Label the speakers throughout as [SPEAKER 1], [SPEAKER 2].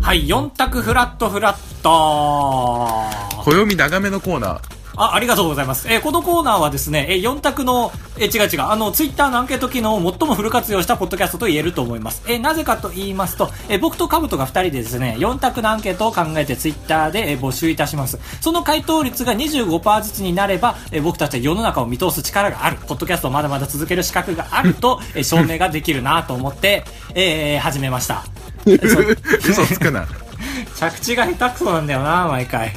[SPEAKER 1] はい、4択フラットフラット。
[SPEAKER 2] 暦長めのコーナー。
[SPEAKER 1] あ、ありがとうございます。えーこのコーナーはですね、えー、4択の、えー違う違う、あの、ツイッターのアンケート機能を最もフル活用したポッドキャストと言えると思います。えーなぜかと言いますと、えー僕とカブトが2人でですね、4択のアンケートを考えてツイッターで、えー募集いたします。その回答率が25%ずつになれば、えー僕たちは世の中を見通す力がある、ポッドキャストをまだまだ続ける資格があると、えー証明ができるなと思って、えー始めました。
[SPEAKER 2] 嘘 つくな。
[SPEAKER 1] 着地が下手くそなんだよな毎回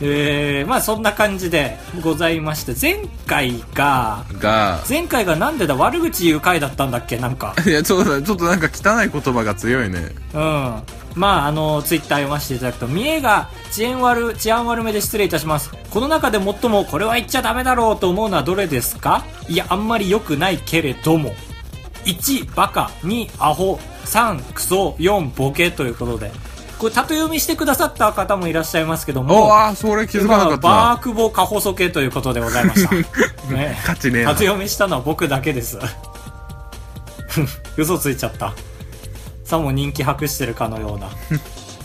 [SPEAKER 1] えー、まあそんな感じでございまして前回が
[SPEAKER 2] が、
[SPEAKER 1] 前回がなんでだ悪口言う回だったんだっけなんか
[SPEAKER 2] いや、そうだ、ちょっとなんか汚い言葉が強いね。
[SPEAKER 1] うんまああのツイッター読ませていただくと「三重が治安悪治安悪めで失礼いたしますこの中で最もこれは言っちゃダメだろうと思うのはどれですかいやあんまり良くないけれども1バカ2アホ3クソ4ボケということでこれ縦読みしてくださった方もいらっしゃいますけども
[SPEAKER 2] おあー、それ気づかなかった
[SPEAKER 1] バー
[SPEAKER 2] な。
[SPEAKER 1] クボ過細形ということでございま した。ね、
[SPEAKER 2] 価値ねえな
[SPEAKER 1] 初読みしたのは僕だけです。 嘘ついちゃった。さも人気博してるかのよう な。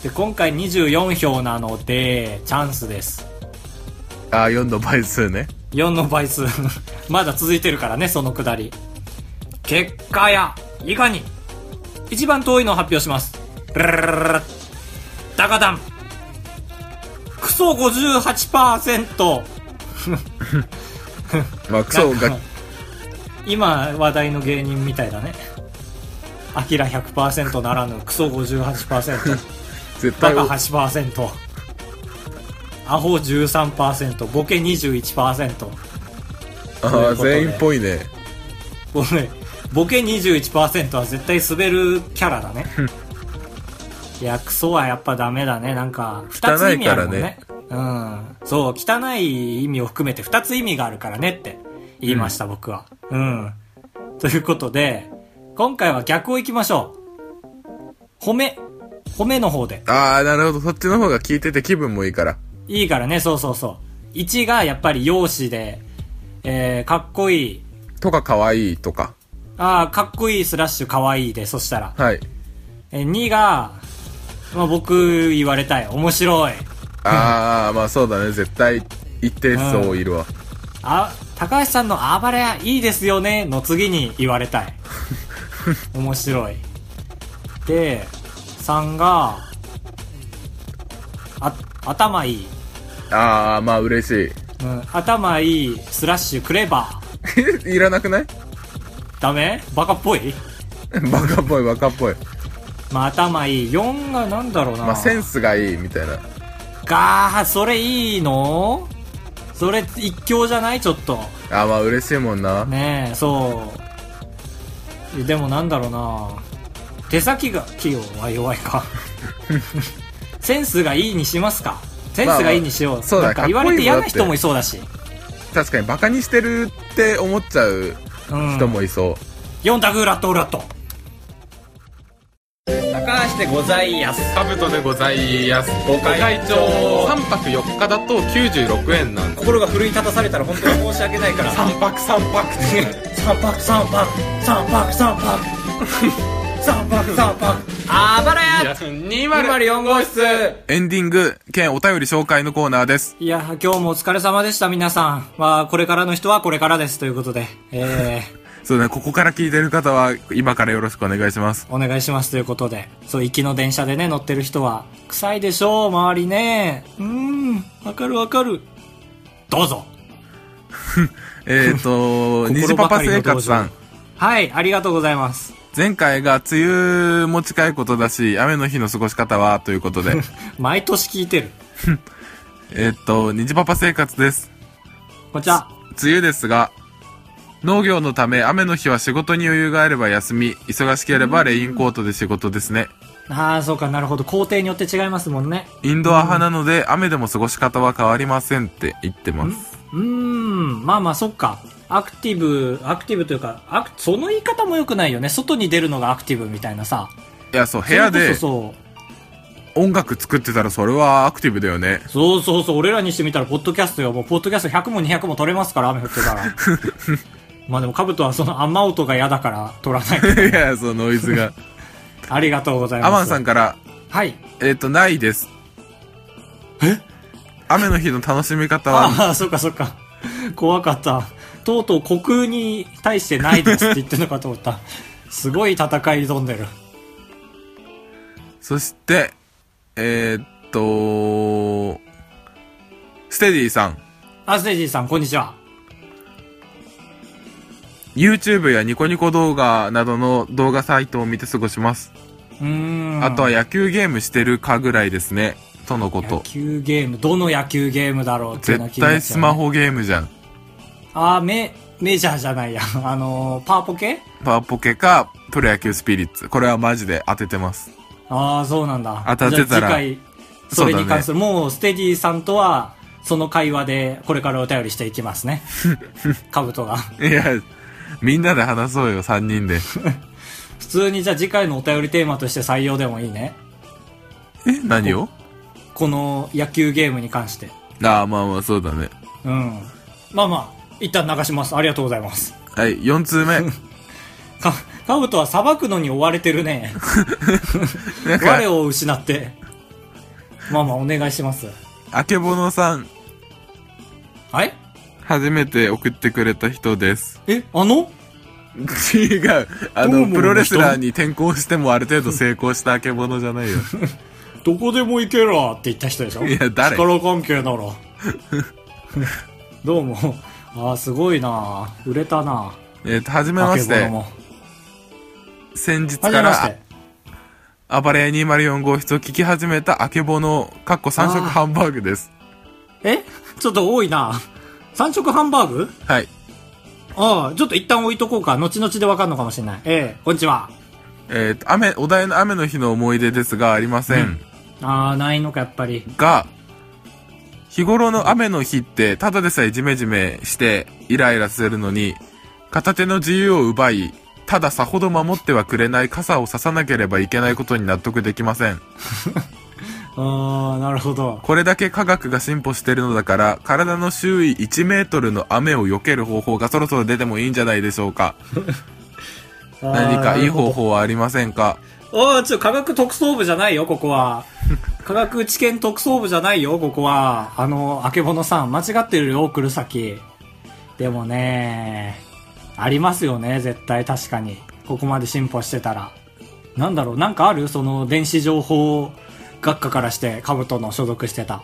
[SPEAKER 1] で、今回24票なので、チャンスです。
[SPEAKER 2] あー、4の倍数ね。
[SPEAKER 1] 4の倍数。 まだ続いてるからね、そのくだり。結果や、いかに一番遠いのを発表します。ラララララダカダンクソ58%
[SPEAKER 2] まあ、クソ
[SPEAKER 1] なんか
[SPEAKER 2] が、
[SPEAKER 1] 今話題の芸人みたいだねアキラ100%ならぬクソ58%
[SPEAKER 2] 絶
[SPEAKER 1] バ
[SPEAKER 2] 対、
[SPEAKER 1] カ8%アホ13%ボケ21%
[SPEAKER 2] あ
[SPEAKER 1] とい
[SPEAKER 2] あ、
[SPEAKER 1] うことで
[SPEAKER 2] 全員っぽいね。
[SPEAKER 1] ごめんボケ21%は絶対滑るキャラだねいやクソはやっぱダメだねなんか2つ意味あるもんねうんそう汚い意味を含めて2つ意味があるからねって言いました、僕はうんということで今回は逆をいきましょう褒め褒めの方で
[SPEAKER 2] ああ、なるほど。そっちの方が聞いてて気分もいいから。
[SPEAKER 1] いいからねそうそうそう1がやっぱり容姿で、えー、かっこいい
[SPEAKER 2] とか、可愛いとか。
[SPEAKER 1] ああかっこいいスラッシュかわいいでそしたら
[SPEAKER 2] はい。
[SPEAKER 1] えー2が、まあ、僕言われたい面白い
[SPEAKER 2] あ あ、まあそうだね。絶対、一定数いるわ。
[SPEAKER 1] あ高橋さんの「暴れ屋いいですよね」の次に言われ たい面白いで3があ頭いい、
[SPEAKER 2] ああ、まあ嬉し
[SPEAKER 1] うん、頭いいスラッシュクレバー
[SPEAKER 2] い。い らなくない
[SPEAKER 1] ダメバカっぽい
[SPEAKER 2] バカっぽい、バカっぽい。
[SPEAKER 1] まあ頭いい4がなんだろうな、
[SPEAKER 2] まあセンスがいい、みたいな。
[SPEAKER 1] があそれいいのそれ一強じゃないちょっと
[SPEAKER 2] あーまあ嬉しいもんな。
[SPEAKER 1] ねえそうえでもなんだろうな手先が器用は弱い かセンスがいいにしますかセンスがいいにしよう、
[SPEAKER 2] まあまあそうだ
[SPEAKER 1] なんか
[SPEAKER 2] かっこいい
[SPEAKER 1] 言
[SPEAKER 2] もん
[SPEAKER 1] われて嫌
[SPEAKER 2] だ
[SPEAKER 1] な
[SPEAKER 2] って
[SPEAKER 1] 人もいそうだし
[SPEAKER 2] 確かにバカにしてるって思っちゃう
[SPEAKER 1] うん
[SPEAKER 2] 人もいそう。
[SPEAKER 1] 4択フラットフラット高橋でございやす
[SPEAKER 3] カブトでございますご会長3泊4日だと96円なんです
[SPEAKER 1] 心が奮い立たされたら本当に申し訳ないから
[SPEAKER 3] 3泊3泊って
[SPEAKER 1] 三泊三泊三泊三泊 三泊三泊あばらや
[SPEAKER 3] 204号室
[SPEAKER 2] エンディング、兼お便り紹介のコーナーです。
[SPEAKER 1] いや、今日もお疲れ様でした、皆さん。まあ、これからの人はこれからです、ということで。え
[SPEAKER 2] そうね、ここから聞いてる方は、今からよろしくお願いします。
[SPEAKER 1] ー、お願いします、ということで。そう、行きの電車でね、乗ってる人は、臭いでしょう、周りね。うーん、わかるわかる。どうぞ。
[SPEAKER 2] えっ、ー、と、虹パパ生活さん。。
[SPEAKER 1] はい、ありがとうございます。
[SPEAKER 2] 前回が梅雨も近いことだし、雨の日の過ごし方は、ということ で。
[SPEAKER 1] 毎年聞いてる。
[SPEAKER 2] えっと、虹パパ生活です。
[SPEAKER 1] こちら。
[SPEAKER 2] 梅雨ですが、農業のため雨の日は仕事に余裕があれば休み、忙しければレインコートで仕事ですね。
[SPEAKER 1] ああ、そうか、なるほど。工程によって違いますもんね。
[SPEAKER 2] インドア派なので、雨でも過ごし方は変わりませんって言ってます。
[SPEAKER 1] うーん、まあまあ、そっか。アクティブ、アクティブというか、アクその言い方も良くないよね。外に出るのがアクティブみたいなさ。
[SPEAKER 2] いや、そう、部屋で
[SPEAKER 1] それこそそう
[SPEAKER 2] 音楽作ってたらそれはアクティブだよね。
[SPEAKER 1] そうそうそう、俺らにしてみたら、ポッドキャストよ。もう、ポッドキャスト100も200も取れますから、雨降ってたら。 まあでも、カブトはその雨 音が嫌だから、取らない。
[SPEAKER 2] いや、そう、ノイズが。
[SPEAKER 1] ありがとうございます。
[SPEAKER 2] アマンさんから、
[SPEAKER 1] はい。
[SPEAKER 2] えっ、と、ないです。え雨の日の楽しみ方は、
[SPEAKER 1] ああ、そっかそっか。怖かった。とうとう虚空に対してないですって言ってるのかと思った。すごい戦い挑んでる。
[SPEAKER 2] そして、えっ、と、ステディさん、
[SPEAKER 1] アステージーさん、こんにちは。
[SPEAKER 2] YouTube やニコニコ動画などの動画サイトを見て過ごします。
[SPEAKER 1] うーん。
[SPEAKER 2] あとは野球ゲームしてるかぐらいですね。とのこ
[SPEAKER 1] 野
[SPEAKER 2] と。
[SPEAKER 1] 球ゲーム、どの野球ゲームだろうっていうのは
[SPEAKER 2] 絶
[SPEAKER 1] 気になっちゃうね
[SPEAKER 2] 対スマ。ホゲームじゃん。
[SPEAKER 1] ああ、メ、メジャーじゃないや。あのー、パワポケ
[SPEAKER 2] パワーポケか、プロ野球スピリッツ。これはマジで当ててます。
[SPEAKER 1] ああ、そうなんだ。
[SPEAKER 2] 当たってた
[SPEAKER 1] じゃあ次
[SPEAKER 2] ら
[SPEAKER 1] 回、それに関する、もうステディさんとは、その会話でこれからお便りしていきます ね。カブトが。
[SPEAKER 2] いや、みんなで話そうよ、3人で。
[SPEAKER 1] 普通にじゃあ次回のお便りテーマとして採用でもいいね。
[SPEAKER 2] え、何を
[SPEAKER 1] この野球ゲームに関して。
[SPEAKER 2] ああ、まあまあ、そうだね。
[SPEAKER 1] うん。まあまあ、一旦流します。ありがとうございます。
[SPEAKER 2] はい、4 通目。
[SPEAKER 1] か、カブトは裁くのに追われてる ね。
[SPEAKER 2] なんか
[SPEAKER 1] 我、を失って。まあまあ、お願いします。
[SPEAKER 2] あけぼのさん、
[SPEAKER 1] はい
[SPEAKER 2] 初めて送ってくれた 人です。
[SPEAKER 1] え、あの
[SPEAKER 2] 違う。あ
[SPEAKER 1] どうもの
[SPEAKER 2] の、
[SPEAKER 1] 人
[SPEAKER 2] プロレスラーに転向してもある程度成功したあけぼのじゃないよ。
[SPEAKER 1] どこでも行けろって言った人でしょ
[SPEAKER 2] いや誰
[SPEAKER 1] 力関係だ ろ。どうも。ああ、すごいな売れたな
[SPEAKER 2] えっと、はじめ
[SPEAKER 1] あ
[SPEAKER 2] ま
[SPEAKER 1] け
[SPEAKER 2] し
[SPEAKER 1] ぼの
[SPEAKER 2] て、
[SPEAKER 1] も。
[SPEAKER 2] 先日
[SPEAKER 1] は
[SPEAKER 2] か
[SPEAKER 1] じめまし
[SPEAKER 2] ら
[SPEAKER 1] て。
[SPEAKER 2] 暴れ204号室を聞き始めたあけぼの、かっこ3色ハンバーグです。
[SPEAKER 1] えちょっと多いな三色ハンバーグ
[SPEAKER 2] はい。
[SPEAKER 1] ああ、ちょっと一旦置いとこうか。後々でわかんのかもしれない。ええこんにちは。
[SPEAKER 2] えっと、雨、お題の雨の日の思い出ですがありません。
[SPEAKER 1] ああ、ないのか、やっぱり。
[SPEAKER 2] が、日頃の雨の日って、ただでさえジメジメして、イライラするのに、片手の自由を奪い、たださほど守ってはくれない傘をささなければいけないことに納得できません。
[SPEAKER 1] ああ、なるほど。
[SPEAKER 2] これだけ科学が進歩してるのだから、体の周囲1メートルの雨を避ける方法がそろそろ出てもいいんじゃないでしょうか。
[SPEAKER 1] あー
[SPEAKER 2] 何かいい方。法はありませんか
[SPEAKER 1] ああ、ちょ、科学特捜部じゃないよ、ここは。科学知見特捜部じゃないよ、ここは。あの、あけぼのさん、間違ってるよ、来る先。でもね、ありますよね、絶対、確かに。ここまで進歩してたら。なんだろう、なんかあるその、電子情報学科からして、カブトの所属してた。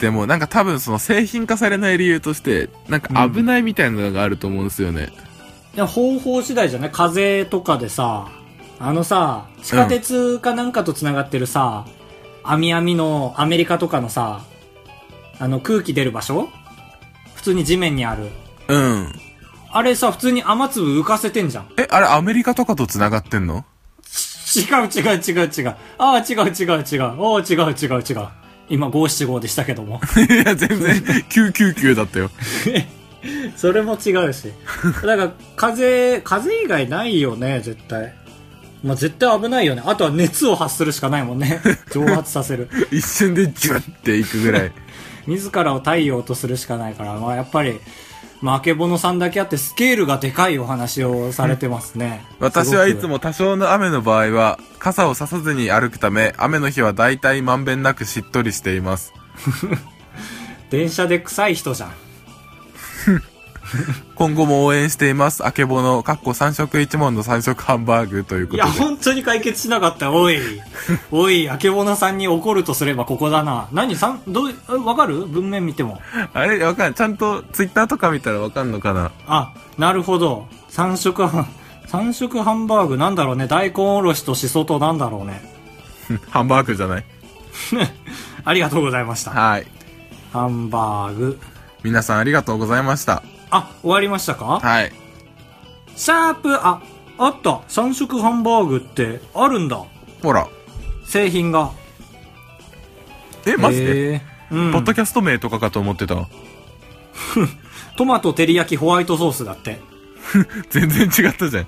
[SPEAKER 2] でもなんか多分その製品化されない理由として、なんか危ないみたいなのがあると思うんですよね。
[SPEAKER 1] でも方法次第じゃない風とかでさ、あのさ、地下鉄かなんかと繋がってるさ、網網のアメリカとかのさ、あの空気出る場所普通に地面にある。
[SPEAKER 2] うん。
[SPEAKER 1] あれさ、普通に雨粒浮かせてんじゃん。
[SPEAKER 2] え、あれアメリカとかと繋がってんの
[SPEAKER 1] 違う違う違う違う。ああ、違う違う違う。おあ、違う違う違う。今575でしたけども。
[SPEAKER 2] いや、全 然、999だったよ。
[SPEAKER 1] それも違う し。だから、風、風以外ないよね、絶対。まあ、絶対危ないよね。あとは熱を発するしかないもん ね。蒸発させる。
[SPEAKER 2] 一瞬でジュッていくぐ らい。
[SPEAKER 1] 自らを太陽とするしかないから、まあ、やっぱり、まあ、あけぼのさんだけあってスケールがでかいお話をされてますね。
[SPEAKER 2] 私はいつ
[SPEAKER 1] も。
[SPEAKER 2] も多少の雨の場合は、傘をささずに歩くため、雨の日は大体まんべんなくしっとりしています。
[SPEAKER 1] 電車で臭い人じゃん。
[SPEAKER 2] 今後も応援しています。あけぼの、かっこ3色一問の3色ハンバーグというこ
[SPEAKER 1] い
[SPEAKER 2] と
[SPEAKER 1] や、
[SPEAKER 2] で。
[SPEAKER 1] 本当に解決しなかった。 おい。おい、あけぼのさんに怒るとすればここだな。何さん、どう、えわかる文面見ても。
[SPEAKER 2] あれわかんない。ちゃんとツイッターとか見たらわかんのかな
[SPEAKER 1] あ、なるほど。三色ハン、 三色ハンバーグなんだろうね。大根おろしとしそとなんだろうね。
[SPEAKER 2] ハンバーグじゃない。
[SPEAKER 1] ありがとうございました。
[SPEAKER 2] はい。
[SPEAKER 1] ハンバーグ。
[SPEAKER 2] 皆さんありがとうございました。
[SPEAKER 1] あ、終わりましたか
[SPEAKER 2] はい。
[SPEAKER 1] シャープ、あ、あった。三色ハンバーグってあるんだ。
[SPEAKER 2] ほら。
[SPEAKER 1] 製品が。
[SPEAKER 2] え、マジで、
[SPEAKER 1] へーう
[SPEAKER 2] ポッド
[SPEAKER 1] ん。
[SPEAKER 2] キャスト名とかかと思ってた。
[SPEAKER 1] トマト照り焼きホワイトソースだって。
[SPEAKER 2] 全然違ったじゃん。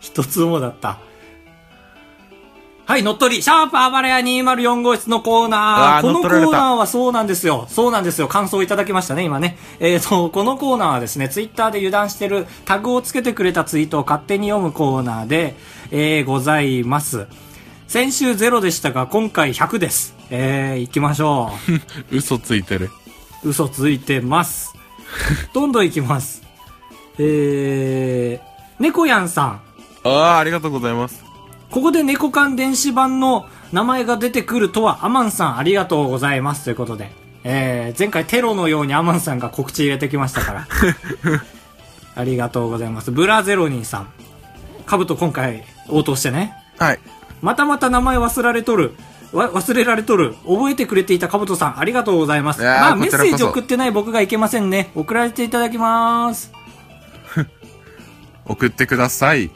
[SPEAKER 1] 一つもだった。はい、乗っ取り、シャープあばれや204号室のコーナー。
[SPEAKER 2] あー
[SPEAKER 1] この
[SPEAKER 2] 乗っ
[SPEAKER 1] コ
[SPEAKER 2] 取られた
[SPEAKER 1] ーナーはそうなんですよ。そうなんですよ。感想いただきましたね、今ね。えーと、このコーナーはですね、ツイッターで油断してるタグをつけてくれたツイートを勝手に読むコーナーで、えーございます。先週ゼロでしたが、今回100です。えー、行きましょ
[SPEAKER 2] 嘘ついてる。
[SPEAKER 1] う。嘘ついてます。どんどん行きます。えー、猫やんさん。
[SPEAKER 2] ああ、ありがとうございます。
[SPEAKER 1] ここで猫缶電子版の名前が出てくるとは、アマンさんありがとうございます。ということで。えー、前回テロのようにアマンさんが告知入れてきました から。ありがとうございます。ブラゼロニーさん。カブト今回応答してね。
[SPEAKER 2] はい。
[SPEAKER 1] またまた名前忘られとる。わ忘れられとる。覚えてくれていたカブトさん、ありがとうございます。
[SPEAKER 2] いやー
[SPEAKER 1] まあ、
[SPEAKER 2] こ
[SPEAKER 1] メッ
[SPEAKER 2] ちら
[SPEAKER 1] セ
[SPEAKER 2] こそ
[SPEAKER 1] ージ送ってない僕がいけませんね。送られていただきます。
[SPEAKER 2] 送ってください。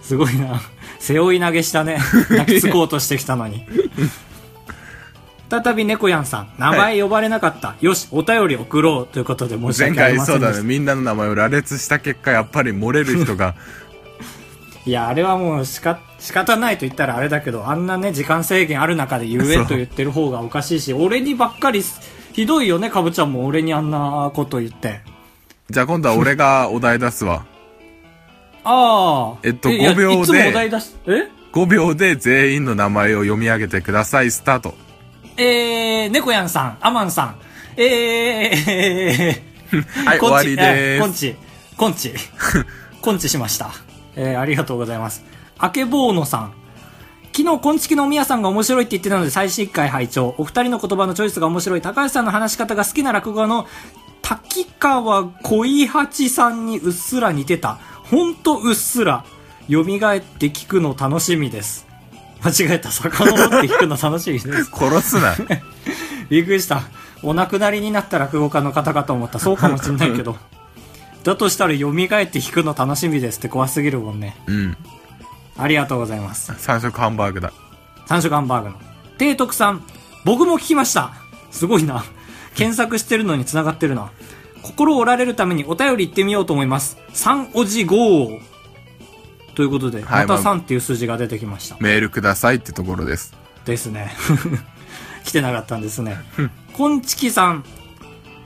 [SPEAKER 1] すごいな。背負い投げした ね。泣きつこうとしてきたのに。再び猫やんさん、名前呼ばれなかった。よし、お便り送ろう。ということで申し
[SPEAKER 2] 前
[SPEAKER 1] 訳あり
[SPEAKER 2] 回
[SPEAKER 1] ま
[SPEAKER 2] そ
[SPEAKER 1] せ
[SPEAKER 2] うん
[SPEAKER 1] で
[SPEAKER 2] だ
[SPEAKER 1] し
[SPEAKER 2] ね。
[SPEAKER 1] た。
[SPEAKER 2] みんなの名前を羅列した結果、やっぱり漏れる 人が。
[SPEAKER 1] いや、あれはもうしか仕方ないと言ったらあれだけど、あんなね、時間制限ある中で言え
[SPEAKER 2] そう
[SPEAKER 1] と言ってる方がおかしいし、俺にばっかりす、ひどいよね、かぶちゃんも俺にあんなこと言って。
[SPEAKER 2] じゃあ今度は俺がお題出すわ。
[SPEAKER 1] ああ。
[SPEAKER 2] えっと
[SPEAKER 1] いや
[SPEAKER 2] 5秒で
[SPEAKER 1] いつもお題出し、
[SPEAKER 2] 5秒で全員の名前を読み上げてください。スタート。
[SPEAKER 1] ええー、猫やんさん、アマンさん、えー、
[SPEAKER 2] はい、
[SPEAKER 1] こ
[SPEAKER 2] 終
[SPEAKER 1] ん
[SPEAKER 2] わ
[SPEAKER 1] ち
[SPEAKER 2] りで
[SPEAKER 1] えーこん
[SPEAKER 2] ーす。
[SPEAKER 1] ち、こん ち、こんちしました。えー、ありがとうございます。あけぼうのさん。昨日、こんちきのおみやさんが面白いって言ってたので、最新回拝聴。お二人の言葉のチョイスが面白い。高橋さんの話し方が好きな落語家の、滝川恋八さんにうっすら似てた。ほんとうっすら。蘇って聞くの楽しみです。間違えた。遡って聞くの楽しみです。
[SPEAKER 2] 殺すな。
[SPEAKER 1] びっくりした。お亡くなりになった落語家の方かと思った。そうかもしんないけど。だとしたら蘇って弾くの楽しみですって怖すぎるもんね。
[SPEAKER 2] うん。
[SPEAKER 1] ありがとうございます。
[SPEAKER 2] 三色ハンバーグだ。
[SPEAKER 1] 三色ハンバーグの。提徳さん、僕も聞きました。すごいな。検索してるのに繋がってるな。心折られるためにお便り行ってみようと思います。三おじ五ということで、
[SPEAKER 2] は
[SPEAKER 1] ま
[SPEAKER 2] い
[SPEAKER 1] た
[SPEAKER 2] まあ
[SPEAKER 1] 3っていう数字が出てきました。
[SPEAKER 2] メールくださいってところです。
[SPEAKER 1] ですね。 来てなかったんですね。こんちきさん。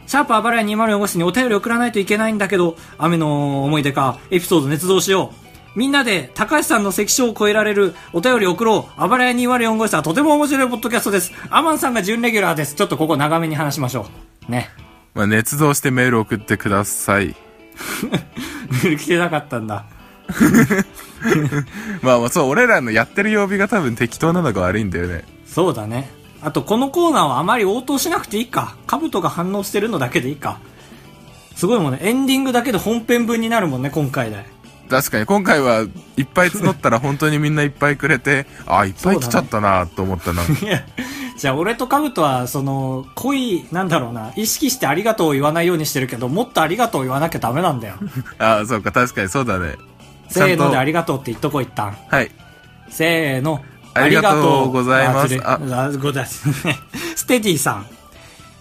[SPEAKER 1] シャープあばらや204号室にお便り送らないといけないんだけど、雨の思い出か、エピソード捏造しよう。みんなで、高橋さんの関所を超えられるお便り送ろう。あばらや204号室はとても面白いポッドキャストです。アマンさんが準レギュラーです。ちょっとここ長めに話しましょう。ね。
[SPEAKER 2] まあ、捏造してメール送ってください。
[SPEAKER 1] 来てなかったんだ。
[SPEAKER 2] まあまあそう、俺らのやってる曜日が多分適当なのが悪いんだよね。
[SPEAKER 1] そうだね。あと、このコーナーはあまり応答しなくていいか。カブトが反応してるのだけでいいか。すごいもんね。エンディングだけで本編分になるもんね、今回で。
[SPEAKER 2] 確かに今回はいっぱい募ったら本当にみんないっぱいくれて、あ、いっぱい来ちゃったなと思ったな。
[SPEAKER 1] いや、じゃあ俺とカブトは、その、恋、なんだろうな、意識してありがとうを言わないようにしてるけど、もっとありがとうを言わなきゃダメ なんだよ。
[SPEAKER 2] あ、そうか、確かにそうだね。ちゃ
[SPEAKER 1] せー
[SPEAKER 2] ん
[SPEAKER 1] の
[SPEAKER 2] と
[SPEAKER 1] でありがとうって言っとこう一旦。
[SPEAKER 2] はい。
[SPEAKER 1] せーの。
[SPEAKER 2] ありがとうございます
[SPEAKER 1] あずれあございます ステディさん。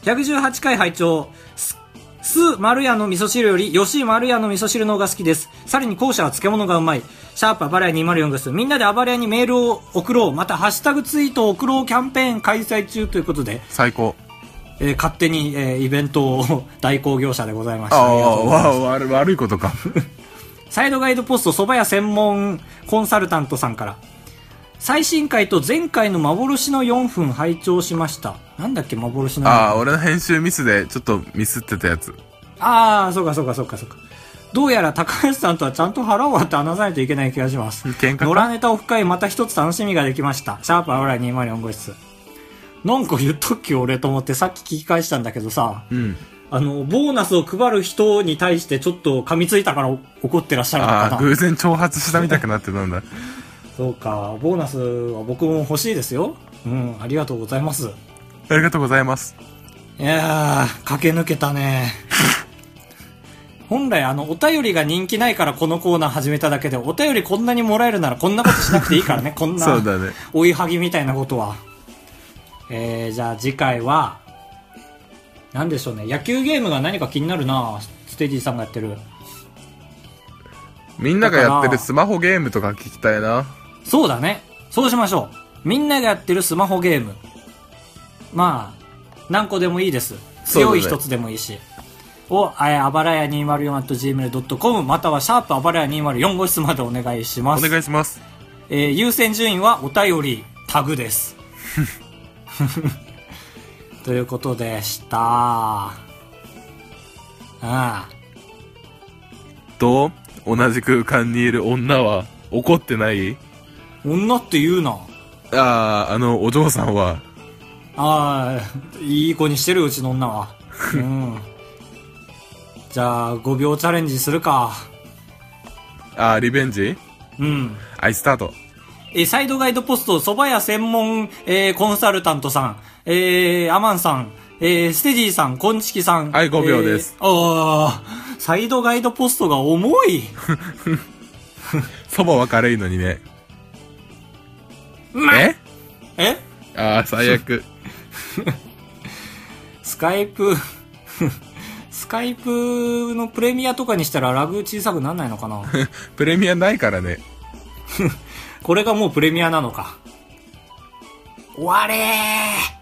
[SPEAKER 1] 118回拝聴。す酢丸屋の味噌汁より吉井丸屋の味噌汁の方が好きです。さらに後者は漬物がうまい。シャープ暴れ屋204です。みんなで暴れ屋にメールを送ろう。またハッシュタグツイートを送ろうキャンペーン開催中ということで、
[SPEAKER 2] 最高。
[SPEAKER 1] えー勝手に、えーイベントを 代行業者でございまし
[SPEAKER 2] あ
[SPEAKER 1] た。ありがとう
[SPEAKER 2] あ、
[SPEAKER 1] ございます
[SPEAKER 2] わわ悪いことか。
[SPEAKER 1] サイドガイドポスト蕎麦屋専門コンサルタントさんから。最新回と前回の幻の4分拝聴しました。なんだっけ、幻の
[SPEAKER 2] ああ、
[SPEAKER 1] 4分。
[SPEAKER 2] 俺の編集ミスでちょっとミスってたやつ。
[SPEAKER 1] ああ、そうかそうかそうかそうか。どうやら高橋さんとはちゃんと腹を割って話さないといけない気がします。
[SPEAKER 2] 喧嘩か
[SPEAKER 1] 野良ネタを深いまた一つ楽しみができました。シャープアウライ204号室。なんか言っとき俺と思ってさっき聞き返したんだけどさ、
[SPEAKER 2] うん。
[SPEAKER 1] あの、ボーナスを配る人に対してちょっと噛みついたから怒ってらっしゃるのか
[SPEAKER 2] あ
[SPEAKER 1] な
[SPEAKER 2] あ、。偶然挑発したみたくなってたんだ。
[SPEAKER 1] そうか、ボーナスは僕も欲しいですよ。うん、ありがとうございます。い
[SPEAKER 2] ありがとうございます。
[SPEAKER 1] やー、駆け抜けたね。本来あの、お便りが人気ないからこのコーナー始めただけで、お便りこんなにもらえるならこんなことしなくていいから ね、こんな
[SPEAKER 2] そうだね。
[SPEAKER 1] 追いはぎみたいなことは。えー、じゃあ次回は、なんでしょうね、野球ゲームが何か気になるなステージさんがやってる。
[SPEAKER 2] みんながやってるスマホゲームとか聞きたいな。
[SPEAKER 1] そうだね。そうしましょう。みんながやってるスマホゲーム。まあ、何個でもいいです。
[SPEAKER 2] そう
[SPEAKER 1] 強
[SPEAKER 2] だね
[SPEAKER 1] い一つでもいいし。を、えーあばらや 204.gmail.com またはシャープあばらや204号室までお願いし
[SPEAKER 2] お
[SPEAKER 1] ます。
[SPEAKER 2] 願いします。
[SPEAKER 1] えー優先順位はお便り、タグ です。ということでした。ああ。
[SPEAKER 2] と、同じ空間にいる女は怒ってない
[SPEAKER 1] 女って言うな。
[SPEAKER 2] ああ、あの、お嬢さんは、
[SPEAKER 1] ああ、いい子にしてる、うちの女 は。うん。じゃあ、5秒チャレンジするか。
[SPEAKER 2] ああ、リベンジ
[SPEAKER 1] うん。
[SPEAKER 2] はい、スタート。
[SPEAKER 1] えーサイドガイドポスト、蕎麦屋専門、えーコンサルタントさん、えーアマンさん、えーステディさん、コンチキさん。
[SPEAKER 2] はい5秒です。
[SPEAKER 1] えーあー、サイドガイドポストが重い。
[SPEAKER 2] そばは軽いのにね。え
[SPEAKER 1] え
[SPEAKER 2] ああ、最悪。
[SPEAKER 1] スカイ プ、スカイプのプレミアとかにしたらラグ小さくなんないのかな
[SPEAKER 2] プレミアないからね。
[SPEAKER 1] これがもうプレミアなのか。終われー